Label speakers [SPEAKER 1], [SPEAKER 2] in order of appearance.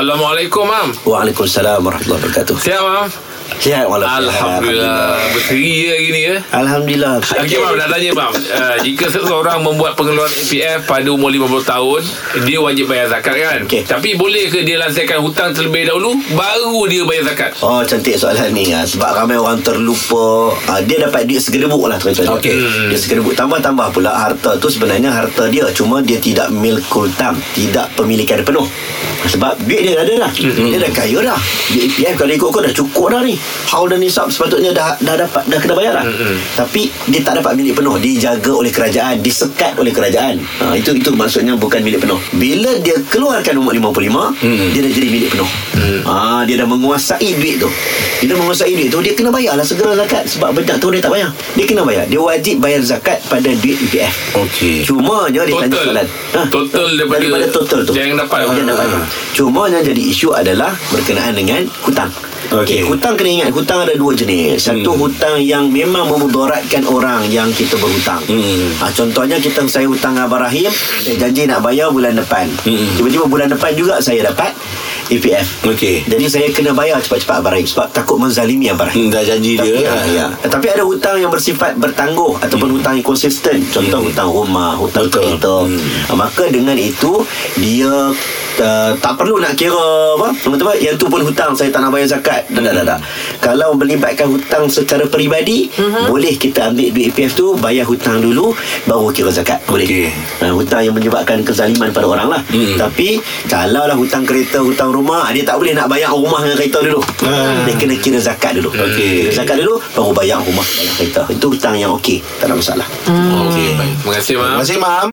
[SPEAKER 1] Assalamualaikum, Mam.
[SPEAKER 2] Waalaikumsalam warahmatullahi wabarakatuh.
[SPEAKER 1] Siap, Mam?
[SPEAKER 2] Sihat walafiat.
[SPEAKER 1] Alhamdulillah. Berseria gini, ya.
[SPEAKER 2] Alhamdulillah.
[SPEAKER 1] Okey, Mam. Nak tanya, Mam. Uh, jika seseorang membuat pengeluaran EPF pada umur 50 tahun, dia wajib bayar zakat, kan?
[SPEAKER 2] Okey.
[SPEAKER 1] Tapi boleh ke dia lansikan hutang terlebih dahulu, baru dia bayar zakat?
[SPEAKER 2] Oh cantik soalan ni ha. Sebab ramai orang terlupa ha, Dia dapat duit segerebuk lah tuan-tuan
[SPEAKER 3] Okey.
[SPEAKER 2] Dia segerebuk Tambah-tambah pula harta tu sebenarnya harta dia Cuma dia tidak milkul tam Tidak pemilikan penuh Sebab duit dia dah ada dah Dia dah kaya dah Duit EPF kalau ikut-ikut dah cukup dah ni Haul dan nisab sepatutnya dah, dah dapat Dah kena bayar dah Tapi dia tak dapat milik penuh Dijaga oleh kerajaan Disekat oleh kerajaan ha, Itu itu maksudnya bukan milik penuh Bila dia keluarkan umur 55
[SPEAKER 1] Hmm.
[SPEAKER 2] Dia dah jadi milik penuh ha, Dia dah menguasai duit tu Dia dah menguasai duit tu Dia kena bayar lah segera zakat Sebab benda tu dia tak bayar Dia kena bayar Dia wajib bayar zakat pada duit EPF
[SPEAKER 3] Okey.
[SPEAKER 2] Cuma je dia tanya
[SPEAKER 1] Eh. Total.
[SPEAKER 2] soalan Ha,
[SPEAKER 1] Total daripada-
[SPEAKER 2] Daripada total tu
[SPEAKER 1] yang dapat.
[SPEAKER 2] Yang dapat
[SPEAKER 1] Ha.
[SPEAKER 2] Cuma yang jadi isu adalah Berkenaan dengan hutang Okey,
[SPEAKER 3] Okey.
[SPEAKER 2] hutang kena ingat hutang ada dua jenis. Satu hmm. hutang yang memang memudaratkan orang yang kita berhutang.
[SPEAKER 3] Hmm.
[SPEAKER 2] Ha, contohnya kita saya hutang dengan Abang Rahim, saya janji nak bayar bulan depan.
[SPEAKER 3] Hmm.
[SPEAKER 2] Tiba-tiba bulan depan juga saya dapat EPF.
[SPEAKER 3] Okey.
[SPEAKER 2] Jadi saya kena bayar cepat-cepat Abang Rahim sebab takut menzalimi Abang Rahim.
[SPEAKER 3] Hmm, dah janji
[SPEAKER 2] Tapi,
[SPEAKER 3] dia. kan?
[SPEAKER 2] ya, ya. Tapi ada hutang yang bersifat bertangguh ataupun hutang yang konsisten. Contoh
[SPEAKER 3] Hmm.
[SPEAKER 2] hutang rumah, hutang
[SPEAKER 3] Betul.
[SPEAKER 2] kereta. Ah,
[SPEAKER 3] Hmm.
[SPEAKER 2] Maka dengan itu dia uh, tak perlu nak kira apa. Teman-teman, yang tu pun hutang saya tak nak bayar zakat. Dah dah dah. dah.
[SPEAKER 3] Hmm.
[SPEAKER 2] Kalau melibatkan hutang secara peribadi, boleh kita ambil duit EPF tu bayar hutang dulu baru kira zakat. Boleh.
[SPEAKER 3] Okey.
[SPEAKER 2] Ha, hutang yang menyebabkan kezaliman pada orang lah.
[SPEAKER 3] Hmm.
[SPEAKER 2] Tapi kalau lah hutang kereta, hutang rumah, dia tak boleh nak bayar rumah dengan kereta dulu.
[SPEAKER 3] Ah.
[SPEAKER 2] Dia kena kira zakat dulu.
[SPEAKER 3] Okey.
[SPEAKER 2] Kira zakat dulu Baru bayar rumah Bayar kereta Itu hutang yang okey Tak ada masalah
[SPEAKER 3] Okey.
[SPEAKER 1] Terima kasih,
[SPEAKER 3] Terima
[SPEAKER 1] Mam.
[SPEAKER 3] kasih, Mam.